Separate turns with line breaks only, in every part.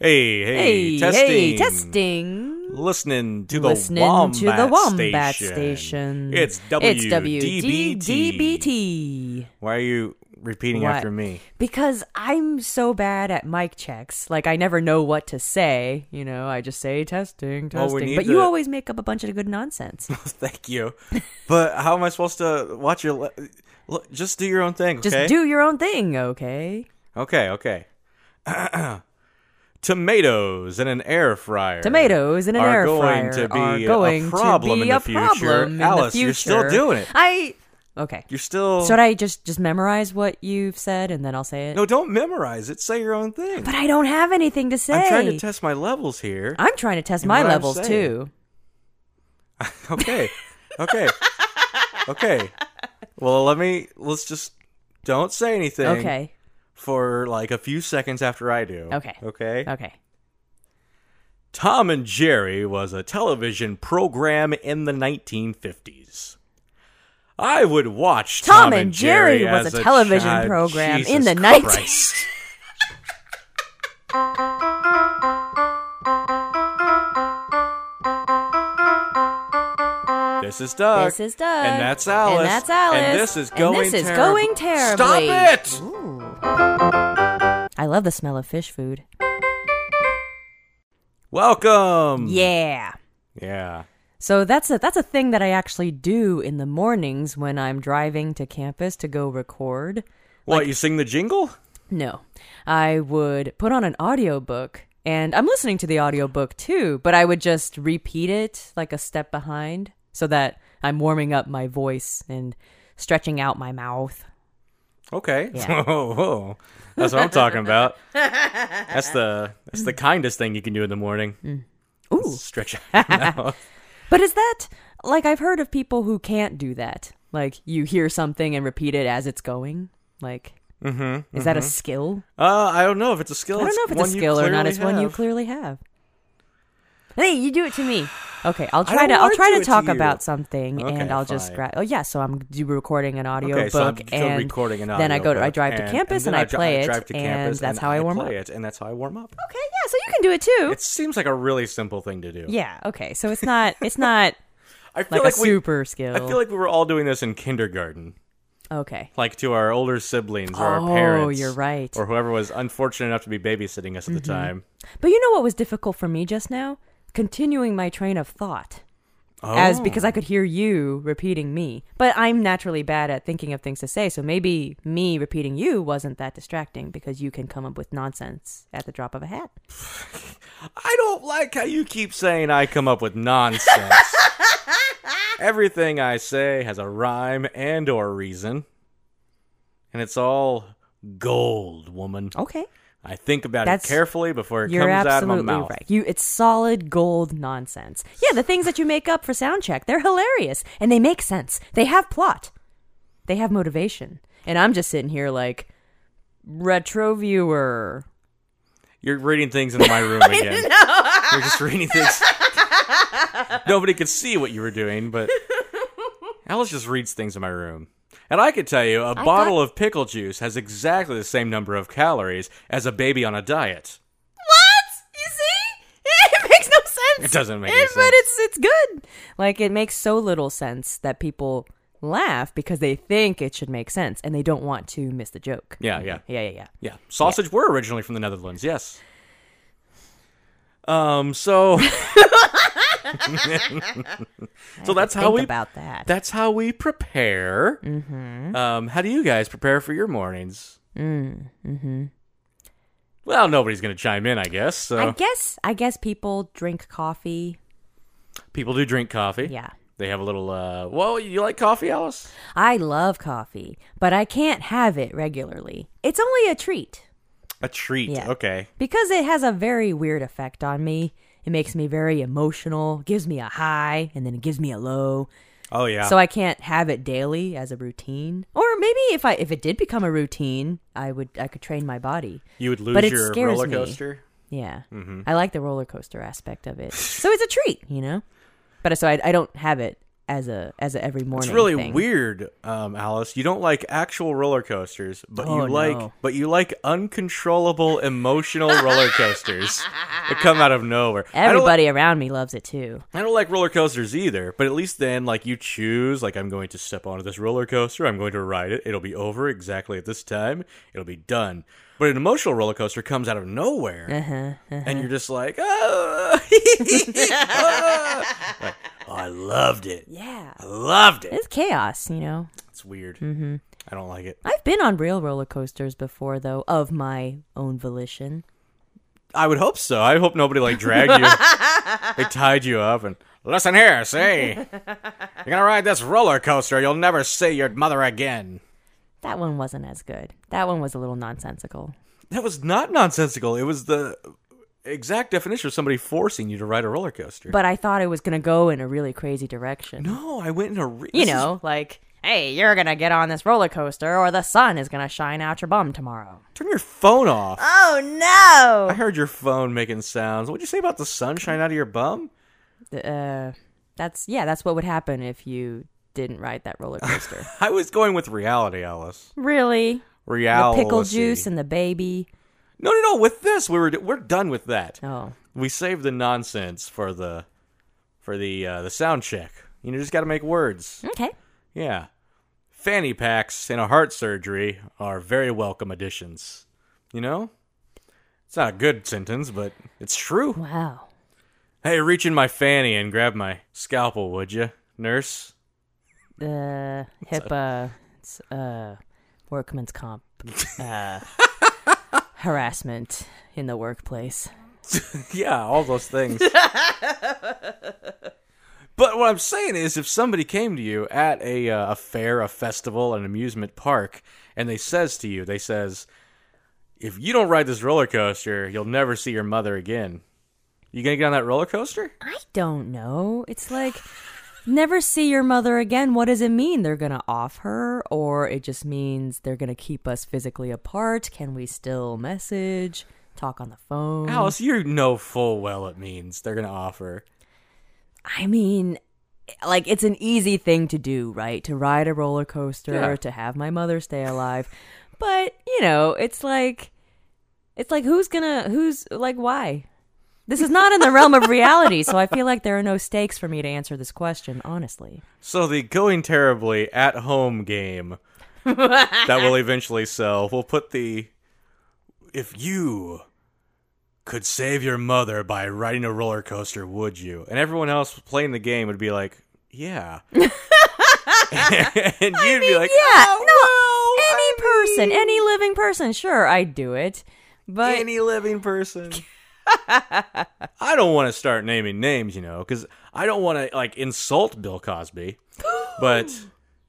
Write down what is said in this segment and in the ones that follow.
Hey, hey,
Hey,
testing.
hey, testing.
Listening to the
Listening
Wombat
to the Wombat
station.
Station.
It's
It's
WDBT.
WDBT.
Why are you repeating
What?
after me?
Because I'm so bad at mic checks. Like, I never know what to say. You know, I just say testing,
Well, we
testing.
need
but you
to-
always make up a bunch of good nonsense.
Thank you. but how am I supposed to watch your? Le- Look, just do your own thing. Okay?
Just do your own thing, okay?
Okay. Okay. Tomatoes in an air fryer.
Tomatoes in an
are
air
going
fryer
to be
are
a
going
problem
to be
in the
a
future.
problem in the
Alice, you're still
future.
doing it.
I okay.
You're still.
Should I just just memorize what you've said and then I'll say it?
no, don't memorize it. Say your own thing.
But I don't have anything to say.
I'm trying to test my levels here.
I'm trying to test
And
my
what I'm
levels
saying.
too.
okay. Okay. okay. Well, let me. Let's just don't say anything.
Okay.
For like a few seconds after I do.
Okay.
Okay.
Okay.
Tom and Jerry was a television program in the 1950s. I would watch
Tom
Tom,
and
Jerry,
Jerry was
as
a television
child.
program in
Jesus
the 19
Christ. This is Doug.
This is Doug.
And that's Alice.
And that's Alice.
And this is
And
going
this is
terrib-
going terribly.
Stop it!
I love the smell of fish food.
Welcome.
Yeah.
Yeah.
So that's a that's a thing that I actually do in the mornings when I'm driving to campus to go record.
What, you sing the jingle?
No. I would put on an audiobook and I'm listening to the audiobook too, but I would just repeat it like a step behind so that I'm warming up my voice and stretching out my mouth.
Okay.
Yeah.
Whoa, whoa. That's what I'm talking about. That's the that's the kindest thing you can do in the morning.
Mm. Ooh.
Stretch out your mouth.
But is that like I've heard of people who can't do that? Like you hear something and repeat it as it's going? Like mm-hmm, is that a skill?
Uh, I don't know if it's a skill.
I don't know if it's
one
a
you
skill or not.
clearly
It's one you
have.
clearly have. Hey, you do it to me. Okay, I'll
I
try
don't
to. I'll
wanna
try
do
to
it to
talk
you.
about something,
Okay,
and I'll just
fine.
grab. Oh yeah, so I'm do recording an audio
Okay, so I'm
book,
still
and
recording an audio
then I go to. I
book,
drive to
and-
campus
and, then
and, I
dri-
play
drive
it,
to
and
campus
that's how I, warm up.
play it, and that's how I warm up.
Okay, yeah, so you can do it too.
It seems like a really simple thing to do.
yeah, okay, so it's not. It's not
I feel
like,
like,
a
we,
super skill.
I feel like we were all doing this in kindergarten,
okay.
like to our older siblings or
Oh,
our parents.
you're right. Mm-hmm.
Or whoever was unfortunate enough to be babysitting us at the time.
But you know what was difficult for me just now? Continuing my train of thought. As
Oh.
because I could hear you repeating me. But I'm naturally bad at thinking of things to say, so maybe me repeating you wasn't that distracting because you can come up with nonsense at the drop of a hat.
I don't like how you keep saying I come up with nonsense. Everything I say has a rhyme and or reason. And it's all gold, woman.
Okay.
I think about
That's-
it carefully before it
You're
comes out of my
absolutely
mouth.
right. You it's solid gold nonsense. Yeah, the things that you make up for sound check, they're hilarious and they make sense. They have plot. They have motivation. And I'm just sitting here like retro viewer.
You're reading things in my room again. You're just reading things. Nobody could see what you were doing, but Alice just reads things in my room. And I could tell you, a bottle of pickle juice has exactly the same number of calories as a baby on a diet.
What? You see? It makes no sense.
It doesn't make
it,
any
But
sense.
it's it's good. Like it makes so little sense that people laugh because they think it should make sense and they don't want to miss the joke.
Yeah, yeah.
Yeah, yeah, yeah.
Yeah, sausage were originally from the Netherlands. Yes. Um. So. so that's how
Think
we.
about that.
That's how we prepare. Mm-hmm. Um. How do you guys prepare for your mornings? Mm.
Mm-hmm.
Hmm. Well, nobody's gonna chime in, I guess. So
I guess I guess people drink coffee.
people do drink coffee.
Yeah.
They have a little. Uh. Well, you like coffee, Alice?
I love coffee, but I can't have it regularly. It's only a treat
A treat.
Yeah.
Okay.
because it has a very weird effect on me. It makes me very emotional, gives me a high, and then it gives me a low.
Oh yeah.
So I can't have it daily as a routine. Or maybe if I if it did become a routine, I would I could train my body.
you would lose
but it
your
scares
roller
me.
coaster.
Yeah.
Mm-hmm.
I like the roller coaster aspect of it. so it's a treat, you know? But so I, I don't have it as a as a every morning.
It's really
thing.
weird, um, Alice. You don't like actual roller coasters, but you
Oh,
like
no.
but you like uncontrollable emotional roller coasters that come out of nowhere. I don't, like,
Everybody around me loves it too.
I don't like roller coasters either, but at least then like you choose like I'm going to step onto this roller coaster, I'm going to ride it. It'll be over exactly at this time. It'll be done. But an emotional roller coaster comes out of nowhere.
Uh-huh,
And you're just like, "Oh." Like, "Oh, I loved it.
Yeah,
I loved it.
it's chaos, you know.
It's weird. Mm-hmm. I don't like it.
I've been on real roller coasters before, though, of my own volition.
I would hope so. I hope nobody like dragged you. they tied you up and listen here, see, you're gonna ride this roller coaster. You'll never see your mother again.
That one wasn't as good. That one was a little nonsensical.
That was not nonsensical. It was the exact definition of somebody forcing you to ride a roller coaster.
But I thought it was going to go in a really crazy direction.
no, I went in a re-
you
this is-
know, like, hey, you're going to get on this roller coaster or the sun is going to shine out your bum tomorrow.
turn your phone off.
Oh,
I
no.
heard your phone making sounds. What'd you say about the sunshine out of your bum?
Uh, that's, yeah, that's what would happen if you didn't ride that roller coaster.
I was going with reality, Alice.
really? The
Reality.
pickle juice and the baby.
No, no, no. With this, we were we're done with that.
Oh,
we saved the nonsense for the for the uh, the sound check. You know, just got to make words.
okay.
Yeah, fanny packs and a heart surgery are very welcome additions. You know, it's not a good sentence, but it's true.
Wow.
Hey, reach in my fanny and grab my scalpel, would you, nurse?
uh, HIPAA, it's, uh, workman's comp, uh, harassment in the workplace.
yeah, all those things. but what I'm saying is, if somebody came to you at a uh, a fair, a festival, an amusement park, and they says to you, they says, "If you don't ride this roller coaster, you'll never see your mother again." You gonna get on that roller coaster?
I don't know. It's like never see your mother again. What does it mean? They're gonna off her, or it just means they're gonna keep us physically apart? Can we still message, talk on the phone?
Alice, you know full well it means they're gonna offer.
I mean, like it's an easy thing to do, right? To ride a roller coaster,
Yeah.
to have my mother stay alive. but, you know, it's like it's like who's going to who's like why? This is not in the realm of reality, so I feel like there are no stakes for me to answer this question, honestly.
So the going terribly at home game that will eventually sell. We'll put the if you could save your mother by riding a roller coaster, would you? And everyone else playing the game would be like, yeah. and you'd be like,
yeah,
"Oh,
no,
well,
Any
I
person,
mean,
any living person, sure, I'd do it. But
any living person. I don't want to start naming names, you know, because I don't want to like insult Bill Cosby. But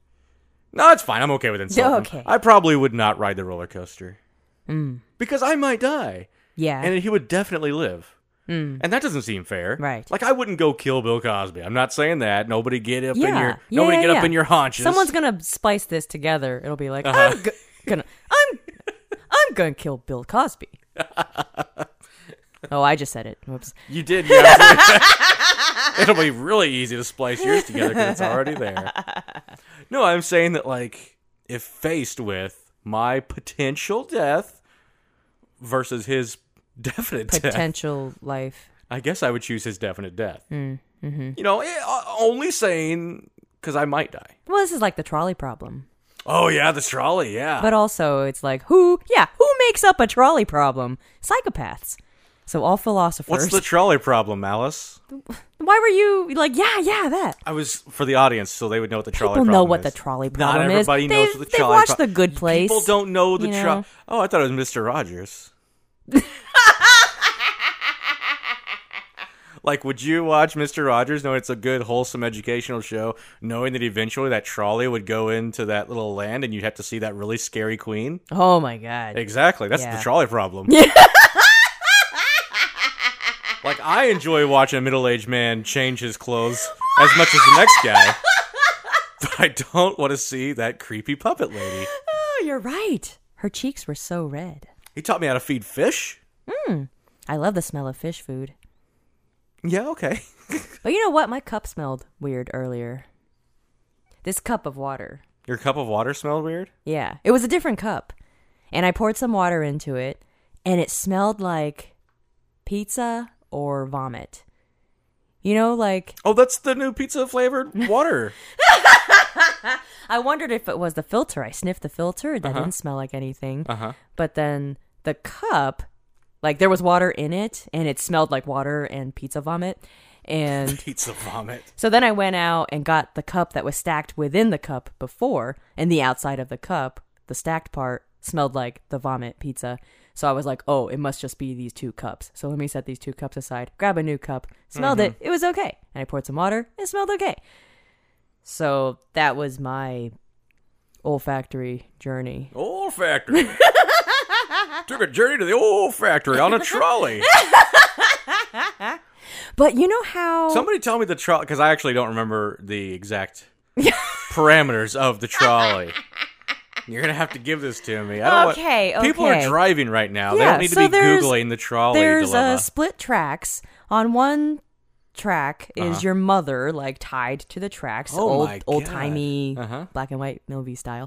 no, it's fine. I'm okay with insulting. him.
Okay. Mm.
I probably would not ride the roller coaster because I might die,
yeah.
and he would definitely live. And that doesn't seem fair,
Mm. Right.
Like I wouldn't go kill Bill Cosby. I'm not saying that. Nobody get up in
Yeah.
your
Yeah,
nobody
yeah,
get up
yeah.
in your haunches. Uh-huh.
Someone's gonna splice this together. It'll be like I'm go- gonna I'm I'm gonna kill Bill Cosby. oh, I just said it. Whoops.
You did. Yeah. It'll be really easy to splice yours together because it's already there. No, I'm saying that like if faced with my potential death versus his definite death,
Potential life.
I guess I would choose his definite death.
Mm, mm-hmm.
You know, eh, o- only saying because I might die.
Well, this is like the trolley problem.
Oh yeah, the trolley. Yeah.
But also, it's like who? Yeah, who makes up a trolley problem? Psychopaths. So all
What's
philosophers.
the trolley problem, Alice?
Why were you like yeah, yeah, that?
I was for the audience, so they would know what the trolley
People
problem
know what the
is.
trolley
Not
problem is.
everybody knows
They've-
what the
they've
trolley
watched
pro-
The Good Place.
People don't know the
you
trolley.
know?
Oh, I thought it was Mr. Rogers. like, would you watch Mr. Rogers knowing it's a good, wholesome, educational show, knowing that eventually that trolley would go into that little land and you'd have to see that really scary queen?
Oh my god.
Exactly. That's
Yeah.
the trolley problem. like I enjoy watching a middle-aged man change his clothes as much as the next guy. But I don't want to see that creepy puppet lady.
Oh, you're right. Her cheeks were so red.
He taught me how to feed fish.
I love the smell of fish food.
Yeah, okay.
But you know what? My cup smelled weird earlier. This cup of water.
Your cup of water smelled weird?
Yeah. It was a different cup. And I poured some water into it, and it smelled like pizza or vomit. You know, like,
Oh, that's the new pizza flavored water.
I wondered if it was the filter. I sniffed the filter. That didn't smell like anything.
Uh-huh.
But then the cup, like, there was water in it, and it smelled like water and pizza vomit. And
pizza vomit.
So then I went out and got the cup that was stacked within the cup before, and the outside of the cup, the stacked part, smelled like the vomit pizza. So I was like, oh, it must just be these two cups. So let me set these two cups aside, grab a new cup, smelled it, it was okay. And I poured some water, it smelled okay. So that was my olfactory journey.
Old factory. Took a journey to the old factory on a trolley.
But you know how.
Somebody tell me the trolley because I actually don't remember the exact parameters of the trolley. You're gonna have to give this to me. I don't want-
Okay,
People are
okay.
driving right now. they
Yeah,
don't need to
so
be
there's-
googling Oh, the trolley
there's
dilemma.
uh, split tracks on one track is your mother like tied to the tracks
Uh-huh. Oh
old
my God.
old timey
Uh-huh.
black and white movie style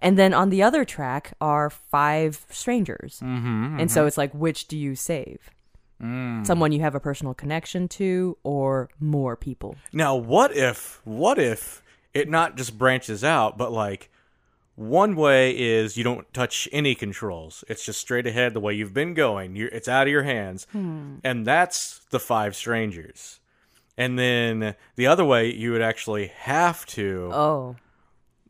and then on the other track are five strangers mm-hmm, and so it's like which do you save
Mm.
someone you have a personal connection to or more people
Now, what if, what if it not just branches out, but like one way is you don't touch any controls. It's just straight ahead the way you've been going. You're, it's out of your hands.
Hmm.
And that's the five strangers. And then the other way, you would actually have to
oh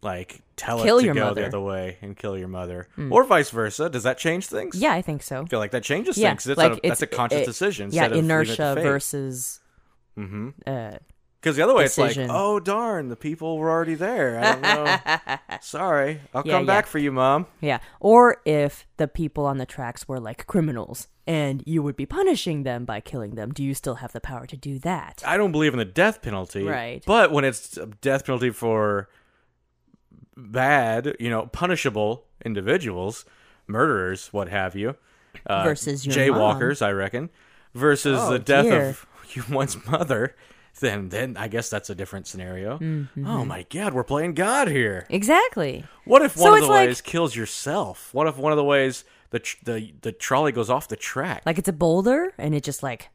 like tell
Kill
it to
your
go
mother. Hmm.
the other way and kill your mother, or vice versa. Does that change things?
yeah i think so
I feel like that changes
yeah
things. 'cause It's
like
a, that's a conscious
it-
decision.
yeah
instead of leaving it to
inertia
fate. Mm-hmm.
versus uh,
Because the other way,
decision.
it's like, oh darn, the people were already there. I don't know. Sorry, I'll
Yeah,
come back for you, mom.
Yeah. Or if the people on the tracks were like criminals and you would be punishing them by killing them, do you still have the power to do that?
I don't believe in the death penalty,
Right.
But when it's a death penalty for bad, you know, punishable individuals, murderers, what have you, uh,
Versus your
jaywalkers, I reckon, versus
Oh,
the death
dear.
of one's mother. Then, then I guess that's a different scenario.
Mm-hmm.
Oh my God, we're playing God here.
Exactly.
What if
So
one of
it's
the
like-
ways kills yourself? What if one of the ways the tr- the the trolley goes off the track?
Like it's a boulder and it just like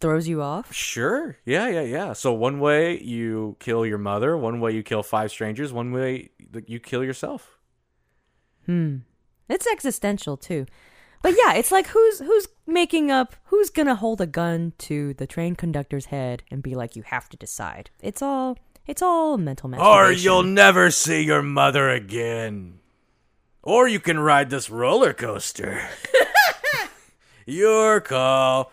throws you off.
sure, yeah, yeah, yeah. So one way you kill your mother, one way you kill five strangers, one way that you kill yourself.
It's existential too. But yeah, it's like who's who's making up who's gonna hold a gun to the train conductor's head and be like, You have to decide. It's all it's all mental masturbation.
never see your mother again. Or you can ride this roller coaster. your call.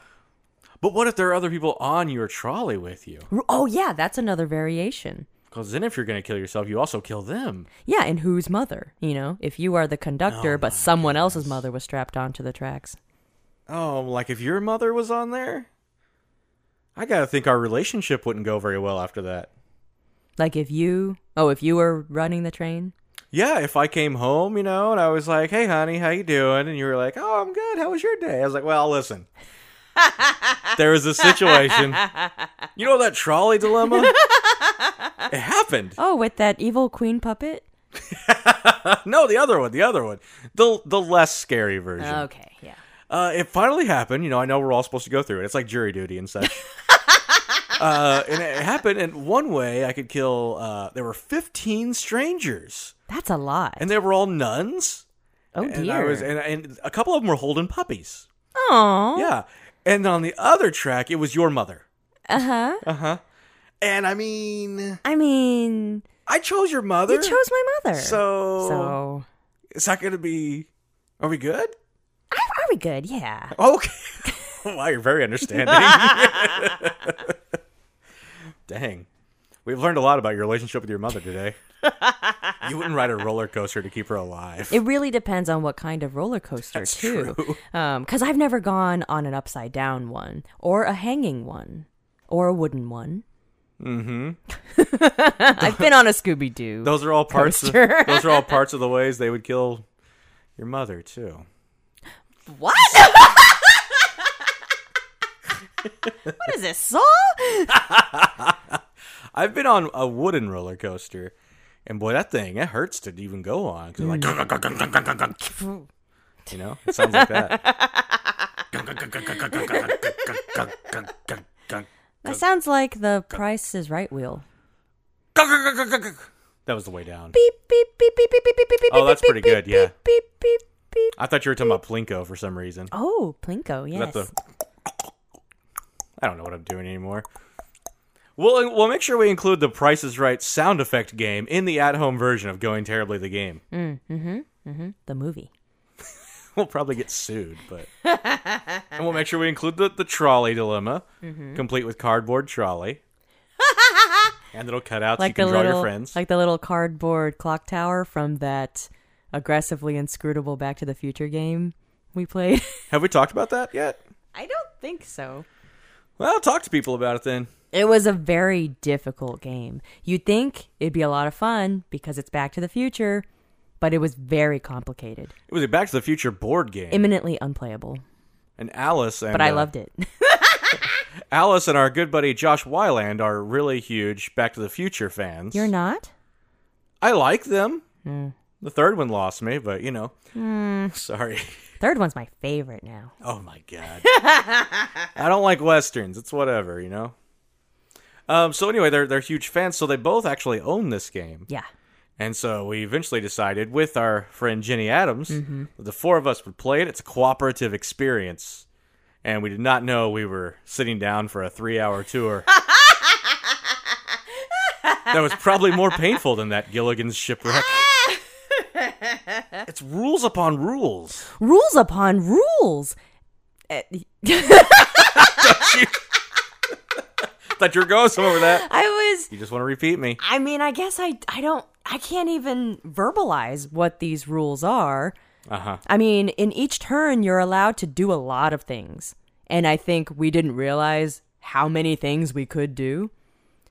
But what if there are other people on your trolley with you?
Oh yeah, that's another variation.
Because then, if you're going to kill yourself, you also kill them.
Yeah, and whose mother? You know, if you are the conductor, but someone else's mother was strapped onto the tracks.
Oh, like if your mother was on there? I gotta think our relationship wouldn't go very well after that.
Like if you, oh, if you were running the train,
Yeah, if I came home, you know, and I was like, "Hey, honey, how you doing?" and you were like, "Oh, I'm good. How was your day?" I was like, "Well, listen, there was a situation. You know that trolley dilemma? it happened.
oh, with that evil queen puppet.
No, the other one, the other one, the the less scary version.
Okay, yeah.
Uh, it finally happened. You know, I know we're all supposed to go through it. It's like jury duty and such. uh, and it happened. And one way I could kill. Uh, there were fifteen strangers,
That's a lot.
and they were all nuns.
oh
And I
dear. Oh.
was, and, and a couple of them were holding puppies.
Aw.
Yeah. And on the other track, it was your mother. Uh-huh.
Uh huh.
And I mean,
I mean,
I chose your mother.
you chose my mother.
So,
so
is that going to be? Are we good?
I- are we good? Yeah.
Okay. wow, you're very understanding. Dang. We've learned a lot about your relationship with your mother today. you wouldn't ride a roller coaster to keep her alive.
It really depends on what kind of roller coaster too. Because I've never gone on an upside down one, or a hanging one, or a wooden one. Mm-hmm. I've been on a Scooby Doo.
those are all parts of,
Coaster.
those are all parts of the ways they would kill your mother too.
What? what is this, Saul?
I've been on a wooden roller coaster And boy, that thing, that hurts to even go on. Cause it's like, you know, it sounds like that.
That sounds like the Price is Right wheel.
That was the way down.
Beep beep beep beep beep beep beep beep.
Oh, that's
beep,
pretty good,
beep,
yeah.
Beep beep beep. beep.
I thought you were talking about Plinko for some reason.
Oh, Plinko.
Is that
Yes.
the? I don't know what I'm doing anymore. We'll we'll make sure we include the Price is Right sound effect game in the at-home version of Going Terribly the game.
The movie.
We'll probably get sued, but and we'll make sure we include the the trolley dilemma,
Mm-hmm.
complete with cardboard trolley, and little cutouts you
Like
can
the
draw
little,
your friends.
like the little cardboard clock tower from that aggressively inscrutable Back to the Future game we played.
Have we talked about that yet?
I don't think so.
Well, talk to people about it then.
It was a very difficult game. You'd think it'd be a lot of fun because it's Back to the Future, but it was very complicated,
It was a Back to the Future board game,
imminently unplayable.
and Alice and
But I
uh,
loved it.
Alice and our good buddy Josh Weiland are really huge Back to the Future fans.
You're Hmm. not?
I like them. The third one lost me, but you know.
Hmm.
Sorry.
Third one's my favorite now.
Oh my god. I don't like westerns. It's whatever, you know. Um, so anyway, they're they're huge fans, so they both actually own this game.
Yeah.
And so we eventually decided with our friend Jenny Adams,
Mm-hmm.
that the four of us would play it. It's a cooperative experience. And we did not know we were sitting down for a three hour tour. that was probably more painful than that Gilligan's shipwreck. it's rules upon rules.
Rules upon rules. Eh,
Thought you were going somewhere with that.
I was
You just want to repeat me.
I mean, I guess I I don't I can't even verbalize what these rules are.
Uh huh.
I mean, in each turn you're allowed to do a lot of things. And I think we didn't realize how many things we could do.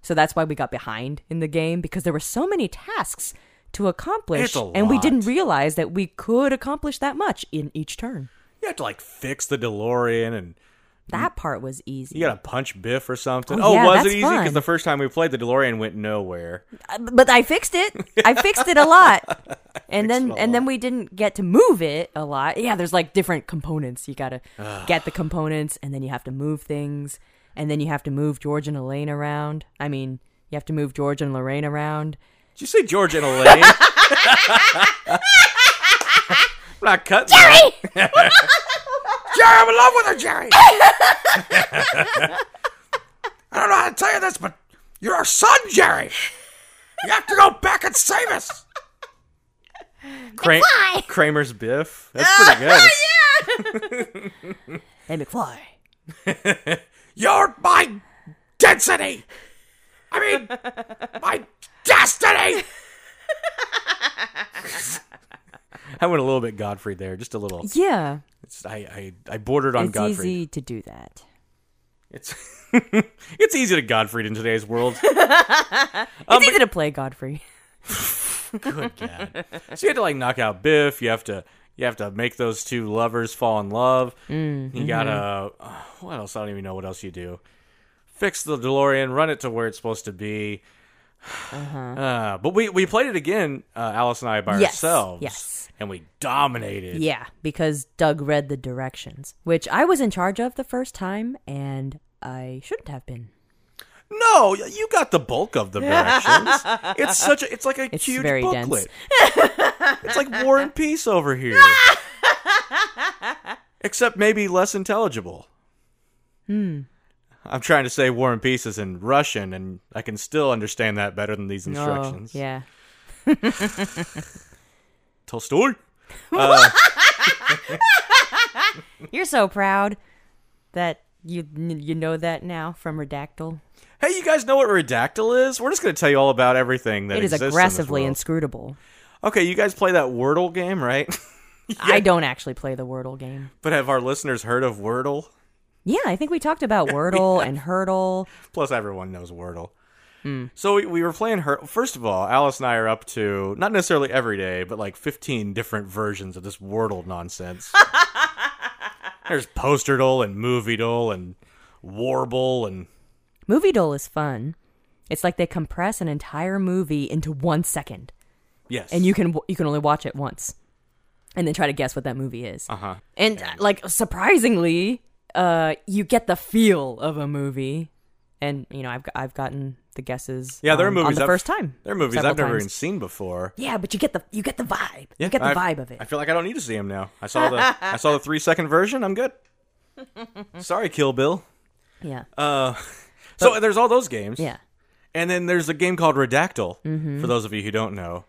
So that's why we got behind in the game because there were so many tasks to accomplish
It's a
and we
lot.
didn't realize that we could accomplish that much in each turn.
You have to like fix the DeLorean and
That part was easy.
you got to punch Biff or something.
Oh, yeah,
was
that's
it easy? Because
fun.
the first time we played, the DeLorean went nowhere.
Uh, but I fixed it. I fixed it a lot. And then and then we didn't get to move it a lot. Yeah, there's like different components. You got to get the components and then you have to move things and then you have to move George and Elaine around. I mean, you have to move George and Lorraine around.
Did you say George and Elaine? I'm not cutting Jerry! Jerry, I'm in love with her, Jerry! I don't know how to tell you this, but you're our son, Jerry! You have to go back and save us! Cra- Kramer's Biff. That's pretty good.
And McFly.
You're my density! I mean, my destiny! I went a little bit Godfrey there, just a little.
Yeah.
It's, I, I I bordered on
it's
Godfrey.
easy to do that.
It's it's easy to Godfrey in today's world. Um,
it's easy to play Godfrey.
Good God! So you have to like knock out Biff. You have to you have to make those two lovers fall in love.
Mm,
you gotta
mm-hmm.
uh, what else? I don't even know what else you do. Fix the DeLorean, run it to where it's supposed to be. Uh, but we we played it again, uh, Alice and I by
Uh-huh. Yes,
ourselves.
yes.
and we dominated.
Yeah, because Doug read the directions, which I was in charge of the first time and I shouldn't have been.
No, y- you got the bulk of the directions. it's such a, it's like a
It's
huge
very dense.
booklet. it's like War and Peace over here. Except maybe less intelligible. Hmm. I'm trying to say War and Peace is in Russian, and I can still understand that better than these
No,
instructions.
Oh, yeah.
Tolstoy.
You're so proud that you you know that now from Redactyl.
Hey, you guys know what redactyl is? We're just going to tell you all about everything that
It is
exists in this
aggressively
world.
inscrutable.
Okay, you guys play that Wordle game, right?
I don't actually play the Wordle game.
but have our listeners heard of Wordle?
Yeah, I think we talked about Wordle and Hurdle.
Plus, everyone knows Wordle.
Hmm.
So we, we were playing her. First of all, Alice and I are up to not necessarily every day, but like 15 different versions of this Wordle nonsense. There's Posterdle and Moviedoll and Warble and
Movie Doll is fun. It's like they compress an entire movie into one second,
Yes.
and you can you can only watch it once, and then try to guess what that movie is.
Uh huh.
And uh, like surprisingly, uh, you get the feel of a movie, and you know I've g- I've gotten the guesses.
Yeah, there are
on- on
movies
the
I've-
first time.
There are movies
several
I've never
times.
even seen before.
Yeah, but you get the you get the vibe.
Yeah,
you get the
I-
vibe of it.
I feel like I don't need to see him now. I saw the I saw the three second version. I'm good. Sorry, Kill Bill.
yeah,
Uh, so there's all those games.
yeah.
And then there's a game called Redactyl. For those of you who don't know,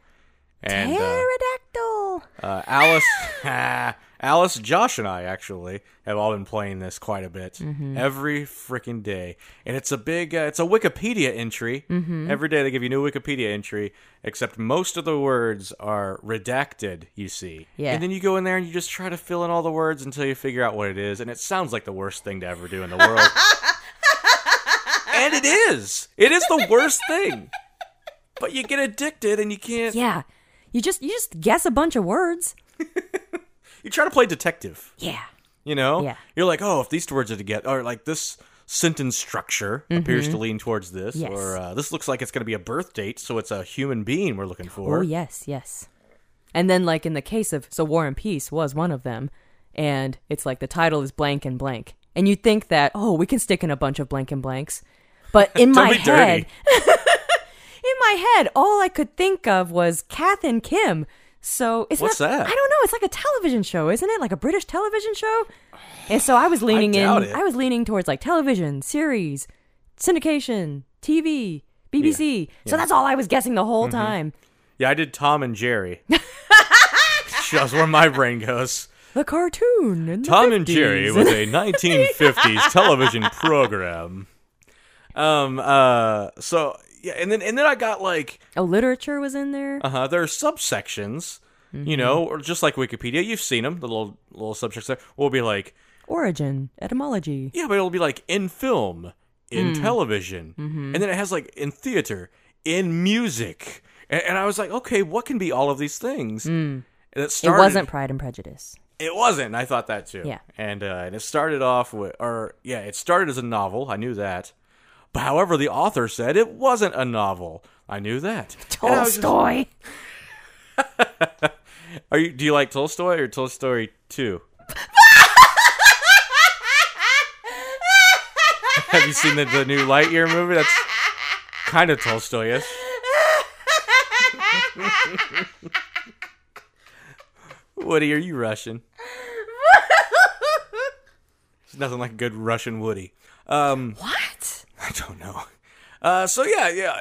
and uh,
Pterodactyl.
uh, Alice, Alice, Josh, and I actually have all been playing this quite a bit
Mm-hmm.
every freaking day. And it's a big, uh, it's a Wikipedia entry.
Mm-hmm.
Every day they give you a new Wikipedia entry, except most of the words are redacted. You see,
Yeah.
And then you go in there and you just try to fill in all the words until you figure out what it is. And it sounds like the worst thing to ever do in the world. and it is. It is the worst thing. But you get addicted and you can't.
Yeah, you just you just guess a bunch of words.
You try to play detective.
Yeah,
You know?
Yeah.
You're like, oh, if these words are together, or like this sentence structure appears to lean towards this,
Mm-hmm. Yes.
or uh, this looks like it's going to be a birth date, so it's a human being we're looking for.
Oh yes, yes. And then like in the case of so War and Peace was one of them, and it's like the title is blank and blank, and you think that oh we can stick in a bunch of blank and blanks, but in
Don't
my
be
head,
dirty.
in my head, all I could think of was Kath and Kim. So it's
What's
not,
that?
I don't know. It's like a television show, isn't it? Like a British television show. And so I was leaning
doubt
in.
it.
I was leaning towards like television series, syndication, TV, BBC. So that's all I was guessing the
Mm-hmm.
whole time.
Yeah, I did Tom and Jerry. Shows where my brain goes.
The cartoon. in the
Tom and Jerry
50s.
was a 1950s television program. Um. Uh. So yeah, and then and then I got like
Oh, literature was in there.
Uh huh. There are subsections, you
Mm-hmm.
know, or just like Wikipedia, you've seen them. The little little subsections there will be like,
Origin, etymology.
yeah, but it'll be like in film, in
Mm.
television,
Mm-hmm.
and then it has like in theater, in music, and, and I was like, okay, what can be all of these things? Mm. And it started.
It wasn't Pride and Prejudice.
It wasn't. I thought that too.
Yeah.
And uh, and it started off with, or yeah, it started as a novel. I knew that. But however, the author said it wasn't a novel. I knew that. And I was just-
Tolstoy.
Are you? Do you like Tolstoy or Tolstoy Two? Have you seen the, the new Lightyear movie? That's kind of Tolstoyish. Woody, are you Russian? There's nothing like a good Russian Woody.
What?
I don't know. Uh, so yeah, yeah,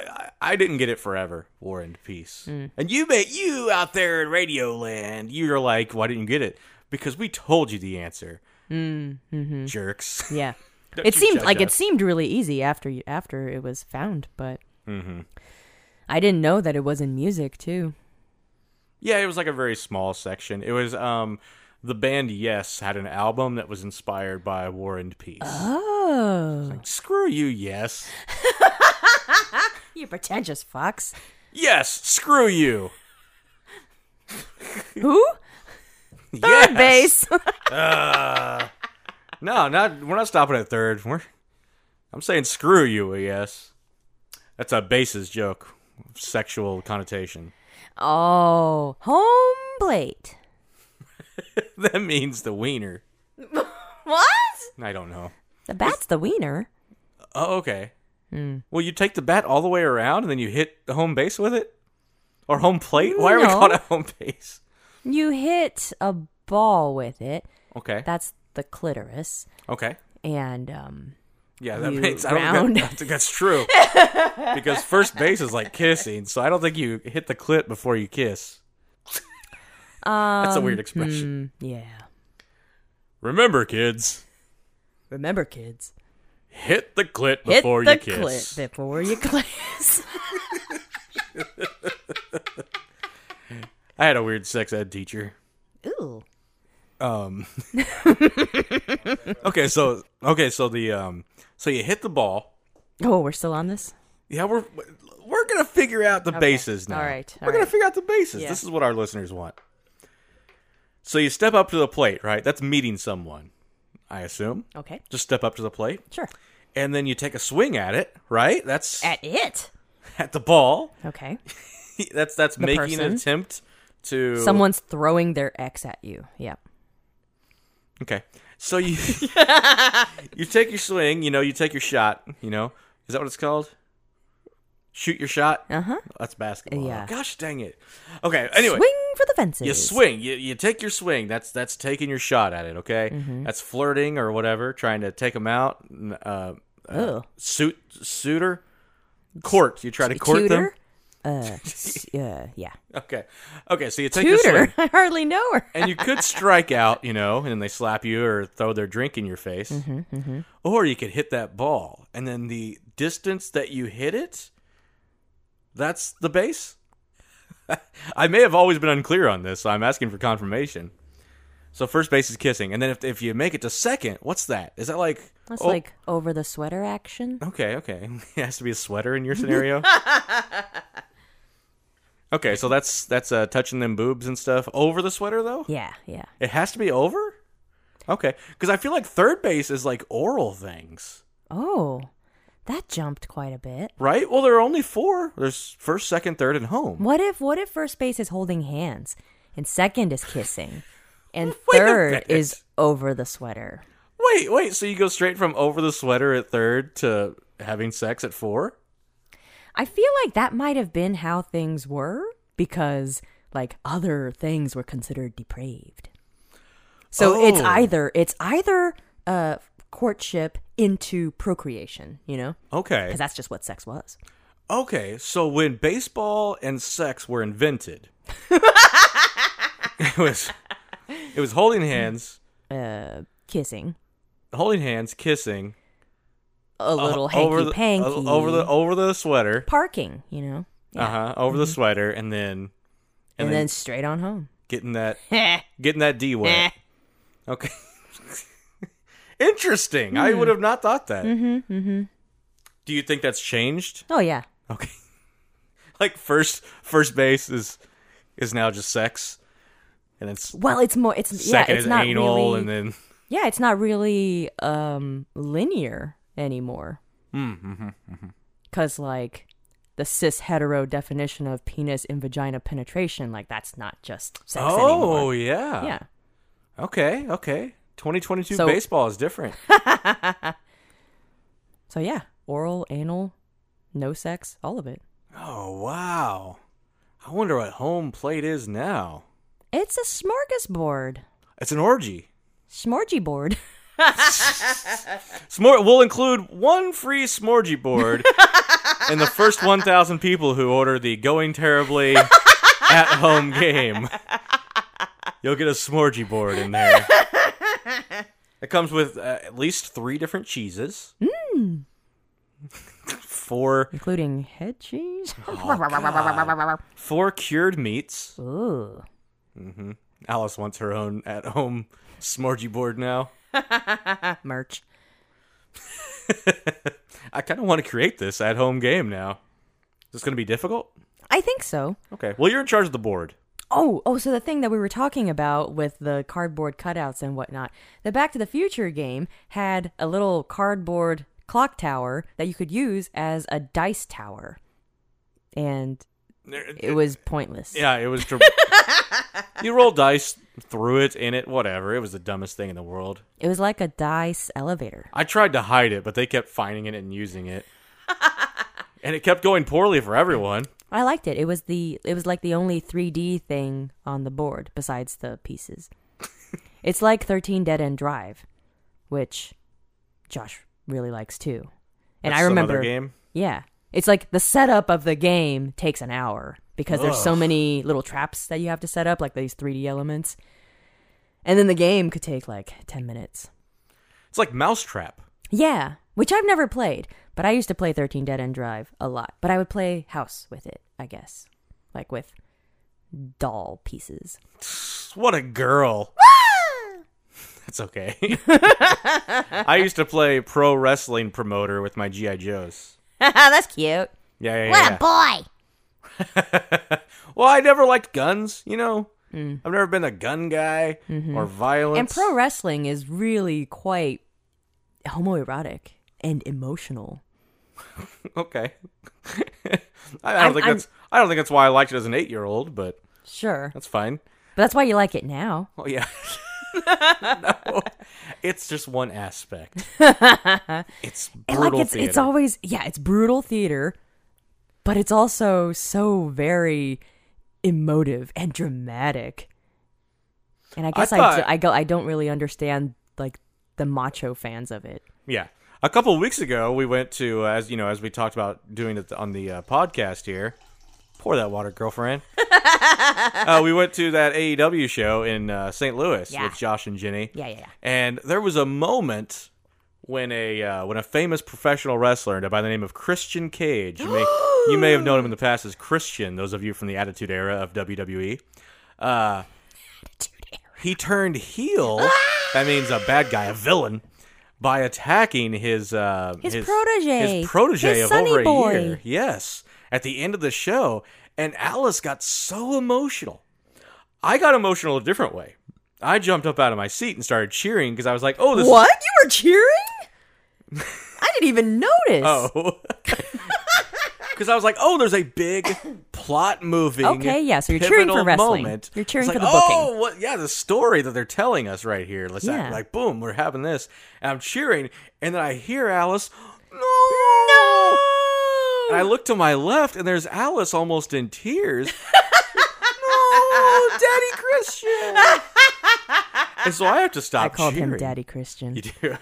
I, I didn't get it forever. War and peace. And you bet you out there in Radio Land, you're like, why didn't you get it? Because we told you the answer. Mm, hmm Jerks.
Yeah.
Don't
it
you
seemed
judge
like it
us.
seemed really easy after you, after it was found, but
Mm-hmm.
I didn't know that it was in music too.
Yeah, it was like a very small section. It was um, the band Yes had an album that was inspired by War and Peace.
Uh-huh. Oh,
Screw you, Yes.
you pretentious fox!
Yes, screw you.
Who?
Yes.
Bass.
No, not we're not stopping at third. We're I'm saying screw you, yes. That's a basis joke. Sexual connotation.
oh, home plate.
that means the wiener.
What?
I don't know.
The bat's the wiener.
Oh, okay. Well, you take the bat all the way around and then you hit the home base with it? Or home plate? Why are we
No.
called a home base?
You hit a ball with it.
Okay.
That's the clitoris,
okay.
and um,
Yeah, that
You
makes I don't
round.
think, that, I think that's true. because first base is like kissing, so I don't think you hit the clit before you kiss. that's a
Um,
weird expression.
yeah. hmm.
Remember, kids.
Remember, kids,
Hit the clit
hit
before
the
you kiss.
clit before you kiss.
I had a weird sex ed teacher.
Ooh.
Um Okay, so okay, so the um so you hit the ball.
Oh, we're still on this.
Yeah, we're we're going to figure out the bases now.
all right, all
we're going
right.
to figure out the bases.
Yeah.
This is what our listeners want. So you step up to the plate, right? That's meeting someone, I assume.
Okay,
Just step up to the plate.
sure.
and then you take a swing at it, right? That's at,
At it.
the ball.
Okay.
that's that's making an
person.
attempt to
Someone's throwing their ex at you. Yeah.
Okay. So you you take your swing, you know, you take your shot, you know. Is that what it's called? Shoot your shot?
Uh-huh.
That's basketball.
Yeah.
Gosh dang it. Okay, anyway.
Swing for the fences.
You swing. You, you take your swing. That's that's taking your shot at it, okay?
Mm-hmm.
That's flirting or whatever, trying to take them out. n- Uh,
Ugh.
suit suitor court. You try to court them.
Tutor? Uh, s- uh, yeah.
Okay. Okay, so you take your swing.
Tutor. I hardly know her.
and you could strike out, you know, and they slap you or throw their drink in your face.
Mm-hmm,
Or you could hit that ball, and then the distance that you hit it, that's the base. I may have always been unclear on this, so I'm asking for confirmation. So first base is kissing, and then if, if you make it to second, what's that? Is that like
That's
oh,
like over the sweater action.
okay, okay? It has to be a sweater in your scenario. okay, so that's that's uh, touching them boobs and stuff over the sweater though.
Yeah, yeah.
It has to be over? Okay. Because I feel like third base is like oral things,
Oh, that jumped quite a bit.
right? Well, there are only four there's first, second, third, and home.
What if what if first base is holding hands and second is kissing and
Wait a
third
minute.
is over the sweater?
Wait, wait. So you go straight from over the sweater at third to having sex at four?
I feel like that might have been how things were because like other things were considered depraved. So it's
Oh.
either it's either uh courtship into procreation, you know?
Okay.
Cuz that's just what sex was.
Okay. So when baseball and sex were invented, it was it was holding hands,
Uh kissing,
holding hands, kissing,
a little
uh, over
hanky
the
panky.
uh, over the over the sweater,
parking, you know. Yeah. Mm-hmm.
uh-huh, over the sweater and then
and then straight on home.
getting that
Eh,
getting that D
eh. Hmm.
wet. Okay. Interesting. I would have not thought that. Mm-hmm, mm-hmm. Do you think that's changed?
Oh yeah.
Okay. like first first base is is now just sex, and then s-
Well, it's more. It's
second
yeah. It's
is
not
anal,
really.
and then
yeah, it's not really um linear anymore.
hmm,
Because like the cis hetero definition of penis and vagina penetration, like that's not just sex
oh
anymore.
yeah.
yeah.
Okay. Okay. 2022
So-
baseball is different.
So yeah, oral, anal, no sex, all of it.
oh wow. I wonder what home plate is now.
It's a smorgasbord,
It's an orgy.
smorgy board.
Smor- we'll include one free smorgy board in the first 1,000 people who order the going terribly at home game. You'll get a smorgy board in there. It comes with uh, at least three different cheeses. four
including head cheese.
Oh, four cured meats.
Ooh,
Alice wants her own at home smorgy board now.
merch.
I kind of want to create this at home game now. Is this going to be difficult?
I think so.
Okay. Well, you're in charge of the board.
Oh, oh, so the thing that we were talking about with the cardboard cutouts and whatnot, the Back to the Future game had a little cardboard clock tower that you could use as a dice tower. And it was pointless.
Yeah, it was. Dr- you roll dice, threw it in it, whatever. It was the dumbest thing in the world.
It was like a dice elevator.
I tried to hide it, but they kept finding it and using it, and it kept going poorly for everyone.
I liked it. It was the it was like the only 3D thing on the board besides the pieces. it's like 13 Dead End Drive, which Josh really likes too. And
That's
I
some
remember
other game.
Yeah. It's like the setup of the game takes an hour because there's so many little traps that you have to set up, like these 3D elements. And then the game could take like 10 minutes.
It's like Mousetrap.
Yeah, which I've never played, but I used to play 13 Dead End Drive a lot. But I would play House with it, I guess. Like with doll pieces.
What a girl. That's okay. I used to play pro wrestling promoter with my GI Joes.
That's cute.
Yeah, yeah, yeah.
What
yeah.
a boy!
well, I never liked guns. You know,
Mm.
I've never been a gun guy
Mm-hmm.
or violence.
And pro wrestling is really quite homoerotic and emotional.
Okay. I, I don't
I'm-
think
I'm-
that's I don't think that's why I liked it as an eight year old, but
Sure.
that's fine.
But that's why you like it now.
Well, yeah. no, it's just one aspect. It's
And
brutal
like it's
theater.
it's always yeah, it's brutal theater, but it's also so very emotive and dramatic. And I guess I,
thought-
do, I go I don't really understand like the macho fans of it.
Yeah. A couple of weeks ago, we went to uh, as you know, as we talked about doing it on the uh, podcast here. Pour that water, girlfriend. uh, we went to that AEW show in uh, St. Louis
Yeah.
with Josh and Jenny.
Yeah, yeah, yeah.
And there was a moment when a uh, when a famous professional wrestler by the name of Christian Cage, you may, you may have known him in the past as Christian. Those of you from the Attitude Era of WWE, uh, he turned heel.
Ah!
that means a bad guy, a villain, by attacking his uh,
His protege.
his protege
His
of
sonny
over a
boy.
year. Yes, at the end of the show, and Alice got so emotional. I got emotional a different way. I jumped up out of my seat and started cheering because I was like, "Oh, this is
What? You were cheering? I didn't even notice.
Oh. Because I was like, oh, there's a big plot moving.
Okay, yeah, so you're cheering for
pivotal
wrestling.
Moment.
You're cheering
It's
for
like,
the booking.
Oh, what, yeah, the story that they're telling us right here. Let's act
Yeah.
like, boom, we're having this. And I'm cheering, and then I hear Alice, no! No! And I look to my left, and there's Alice almost in tears. no, Daddy Christian! and so I have to stop
I called him
cheering.
Daddy Christian.
You do.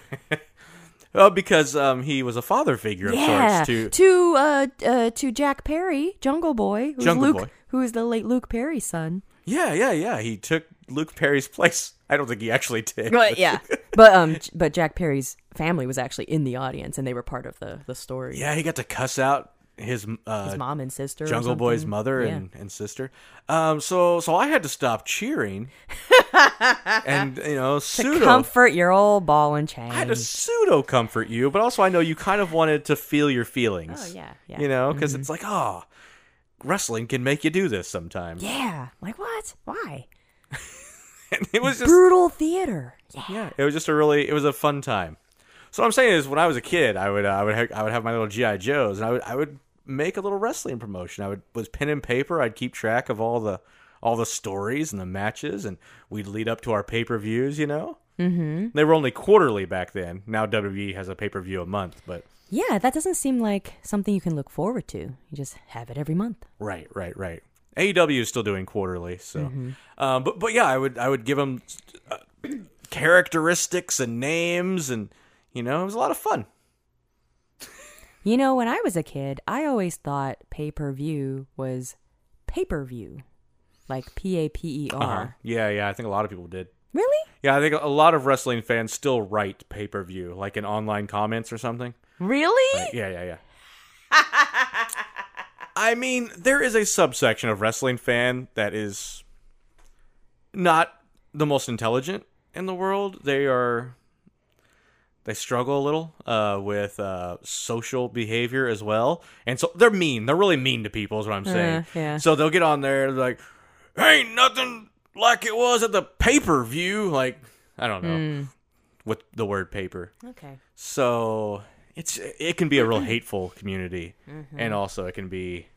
well, because um, he was a father figure of
yeah,
sorts to
to uh, uh to Jack Perry, Jungle Boy, who's
Jungle
Luke,
Boy.
who is the late Luke Perry's son.
Yeah, yeah, yeah. He took Luke Perry's place. I don't think he actually did.
But yeah, but um, J- but Jack Perry's family was actually in the audience, and they were part of the the story.
Yeah, he got to cuss out his uh,
His mom and sister, or
Jungle Boy's
something.
mother
Yeah.
and, and sister. Um, so so I had to stop cheering, and you know pseudo.
Comfort your old ball and chain.
I had to pseudo comfort you, but also I know you kind of wanted to feel your feelings.
Oh, yeah, yeah.
You know, because it's like, oh, wrestling can make you do this sometimes.
yeah, like what? Why?
And it was just
Brutal theater. Yeah.
Yeah, it was just a really it was a fun time. So what I'm saying is, when I was a kid, I would uh, I would ha- I would have my little GI Joes, and I would I would make a little wrestling promotion. I would was pen and paper. I'd keep track of all the all the stories and the matches, and we'd lead up to our pay per views. You know, mm-hmm. they were only quarterly back then. Now WWE has a pay per view a month, but
Yeah, that doesn't seem like something you can look forward to. You just have it every month.
Right, right, right. AEW is still doing quarterly, so. Um, but but yeah, I would I would give them uh, characteristics and names, and you know it was a lot of fun.
You know, when I was a kid, I always thought pay per view was pay per view, like P A P E
Uh-huh.
R.
Yeah, yeah. I think a lot of people did.
Really?
Yeah, I think a lot of wrestling fans still write pay per view, like in online comments or something.
Really?
Right, Yeah, yeah, yeah. I mean, there is a subsection of wrestling fan that is not the most intelligent in the world. They are they struggle a little uh, with uh, social behavior as well, and so they're mean. They're really mean to people. Is what I'm saying.
yeah.
So they'll get on there they're like, "Ain't nothing like it was at the pay per view." Like I don't know with the word paper.
Okay.
So it's it can be a real hateful community, and also it can be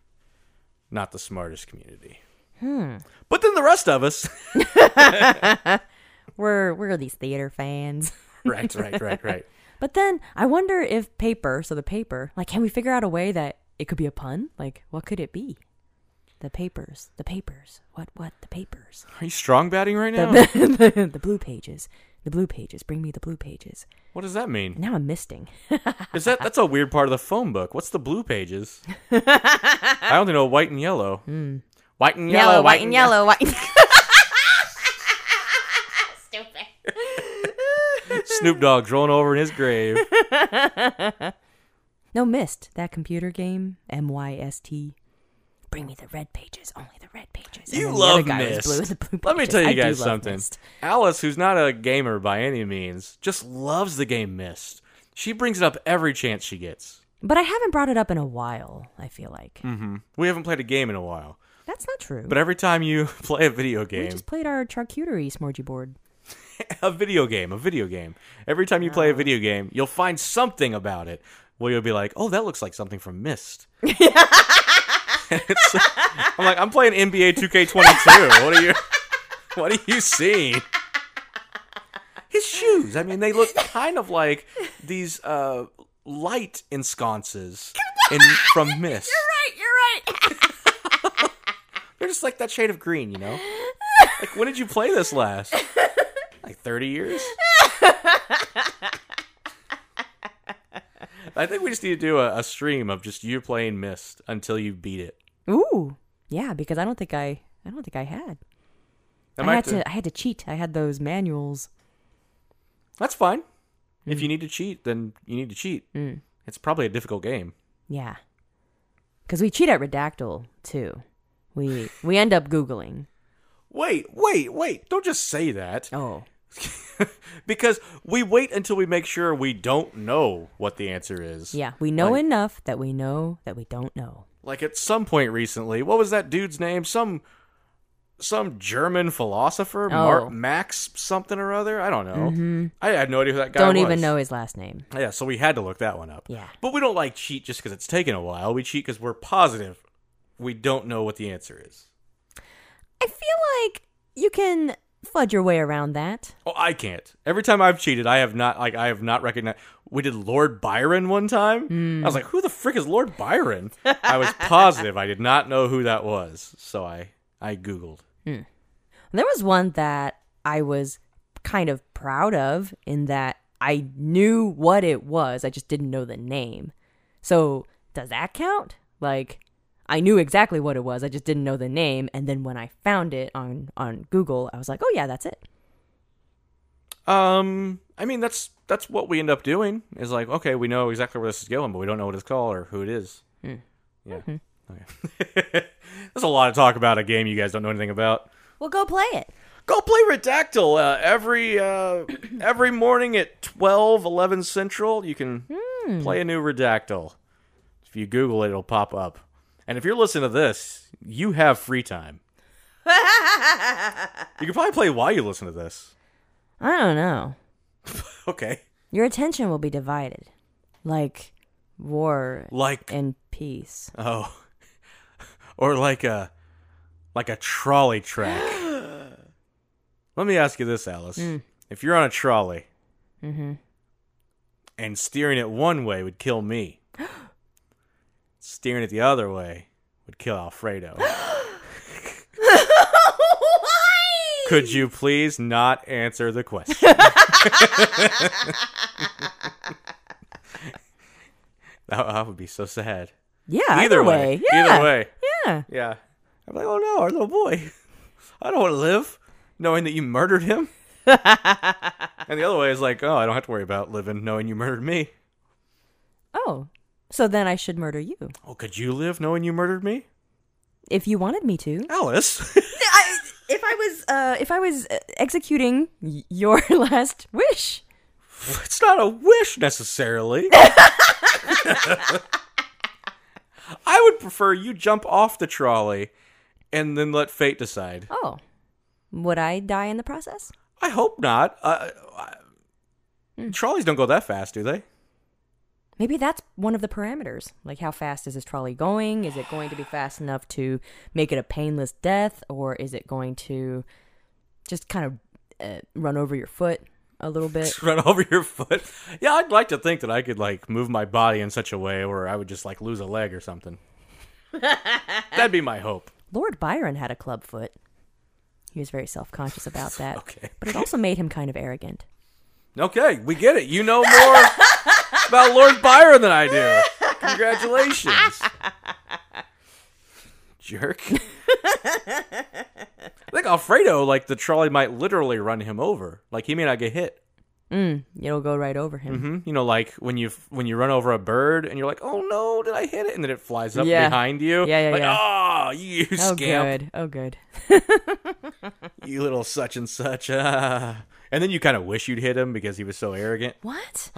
not the smartest community. Hmm. But then the rest of us,
We're we're these theater fans.
right, right, right, right.
But then I wonder if paper, so the paper, like can we figure out a way that it could be a pun? Like what could it be? The papers, the papers. What what the papers?
Are you strong batting right now?
the blue pages. The blue pages. Bring me the blue pages.
What does that mean?
Now I'm misting.
Is that that's a weird part of the phone book? What's the blue pages? I only know white and yellow. White and Hmm. yellow,
white and
Snoop Dogg's rolling over in his grave.
No, missed that computer game. M Y S T. Bring me the red pages. Only the red pages. And
You
then
love
the other guy was
Myst.
blue with the blue
Let me
pages.
tell
I
you
do
guys
love
something.
Myst.
Alice, who's not a gamer by any means, just loves the game Mist. She brings it up every chance she gets.
But I haven't brought it up in a while. I feel like
We haven't played a game in a while,
that's not true.
but every time you play a video
we
game,
just played our charcuterie smorgy board.
a video game, a video game. Every time you play a video game, you'll find something about it where you'll be like, "Oh, that looks like something from Mist." It's- I'm like, I'm playing NBA 2K22. What are you? What are you seeing? His shoes. I mean, they look kind of like these uh, light ensconces in from Mist.
right, you're right.
They're just like that shade of green, you know? Like, when did you play this last? Like 30 years? I think we just need to do a, a stream of just you playing Mist until you beat it.
Ooh, yeah, because I don't think I, I don't think I had.
I
I
might
had
have to-
to, I had to cheat. I had those manuals.
That's fine.
Mm.
If you need to cheat, then you need to cheat. It's probably a difficult game.
Yeah, because we cheat at Redactyl too. We we end up googling.
Wait, wait, wait. Don't just say that.
Oh,
because we wait until we make sure we don't know what the answer is.
yeah, we know
Like-
enough that we know that we don't know.
like at some point recently what was that dude's name some some german philosopher
Oh. Mm-hmm.
Mar- max something or other i don't know i had no idea who that guy
don't
was.
even know his last name.
yeah so we had to look that one up
Yeah.
but we don't like cheat just because it's taken a while we cheat because we're positive we don't know what the answer is
I feel like you can fudge your way around that.
oh i can't every time i've cheated i have not like i have not recognized we did lord byron one time
Hmm.
i was like who the frick is lord byron i was positive i did not know who that was so i i googled
There was one that I was kind of proud of in that I knew what it was, I just didn't know the name. So, does that count? Like, I knew exactly what it was, I just didn't know the name. And then when I found it on, on Google, I was like, oh, yeah, that's it.
Um, I mean that's that's what we end up doing is like, okay, we know exactly where this is going, but we don't know what it's called or who it is. Yeah. Okay. There's a lot of talk about a game you guys don't know anything about.
Well, go play it.
Go play Redactyl uh, every uh, every morning at 12, 11 Central. You can play a new Redactyl. If you Google it, it'll pop up. And if you're listening to this, you have free time. you can probably play while you listen to this.
I don't know.
Okay.
Your attention will be divided like war
Like
and peace.
Oh, or like a like a trolley track. Let me ask you this, Alice: If you're on a trolley and steering it one way would kill me, steering it the other way would kill Alfredo.
Why?
Could you please not answer the question? that, that would be so sad.
Yeah,
Either way,
Yeah.
either way.
Yeah.
Yeah. I'm like, oh no, our little boy. I don't want to live knowing that you murdered him. and the other way is like, oh, I don't have to worry about living knowing you murdered me.
Oh, so then I should murder you
Oh, could you live knowing you murdered me?
if you wanted me to.
Alice.
I, if I was, uh, if I was uh, executing y- your last wish,
it's not a wish necessarily. I would prefer you jump off the trolley and then let fate decide.
oh, would I die in the process?
I hope not. Uh, I- Trolleys don't go that fast, do they?
Maybe that's one of the parameters. Like, how fast is this trolley going? Is it going to be fast enough to make it a painless death, or is it going to just kind of uh, run over your foot a little bit?
just run over your foot. Yeah, I'd like to think that I could like move my body in such a way where I would just like lose a leg or something. That'd be my hope.
Lord Byron had a club foot. He was very self conscious about that.
Okay.
But it also made him kind of arrogant.
Okay, we get it. You know more about Lord Byron than I do. Congratulations. Jerk. I think Alfredo, like the trolley might literally run him over. Like he may not get hit.
It'll go right over him.
Hmm? You know, like when you when you run over a bird and you're like, "Oh no, did I hit it?" and then it flies up
Yeah.
behind you.
Yeah, yeah,
like,
yeah.
"Oh, you
Oh,
scamp,
good. Oh, good.
you little such and such." Ah. And then you kind of wish you'd hit him because he was so arrogant.
What?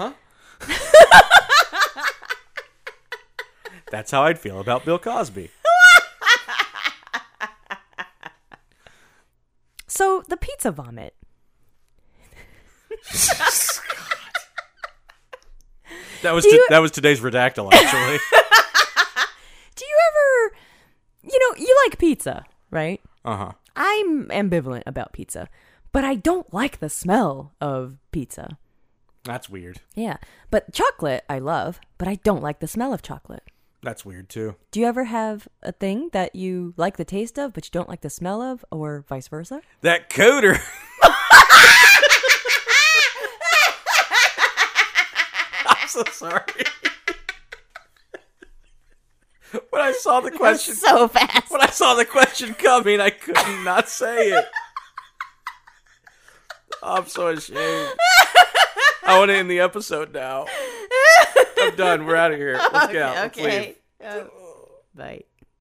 That's how I'd feel about Bill Cosby.
So the pizza vomit.
That was
Do
to,
you-
that was today's redactyl actually.
Do you ever, you know, you like pizza, right?
uh huh.
I'm ambivalent about pizza, but I don't like the smell of pizza.
That's weird.
Yeah. But chocolate I love, but I don't like the smell of chocolate.
That's weird too.
Do you ever have a thing that you like the taste of, but you don't like the smell of, or vice versa?
That coder. I'm so sorry. when I saw the question,
So fast.
when I saw the question coming, I couldn't not say it. I'm so ashamed. I want to end the episode now. I'm done. We're out of here. Let's go. Let's leave.
Bye.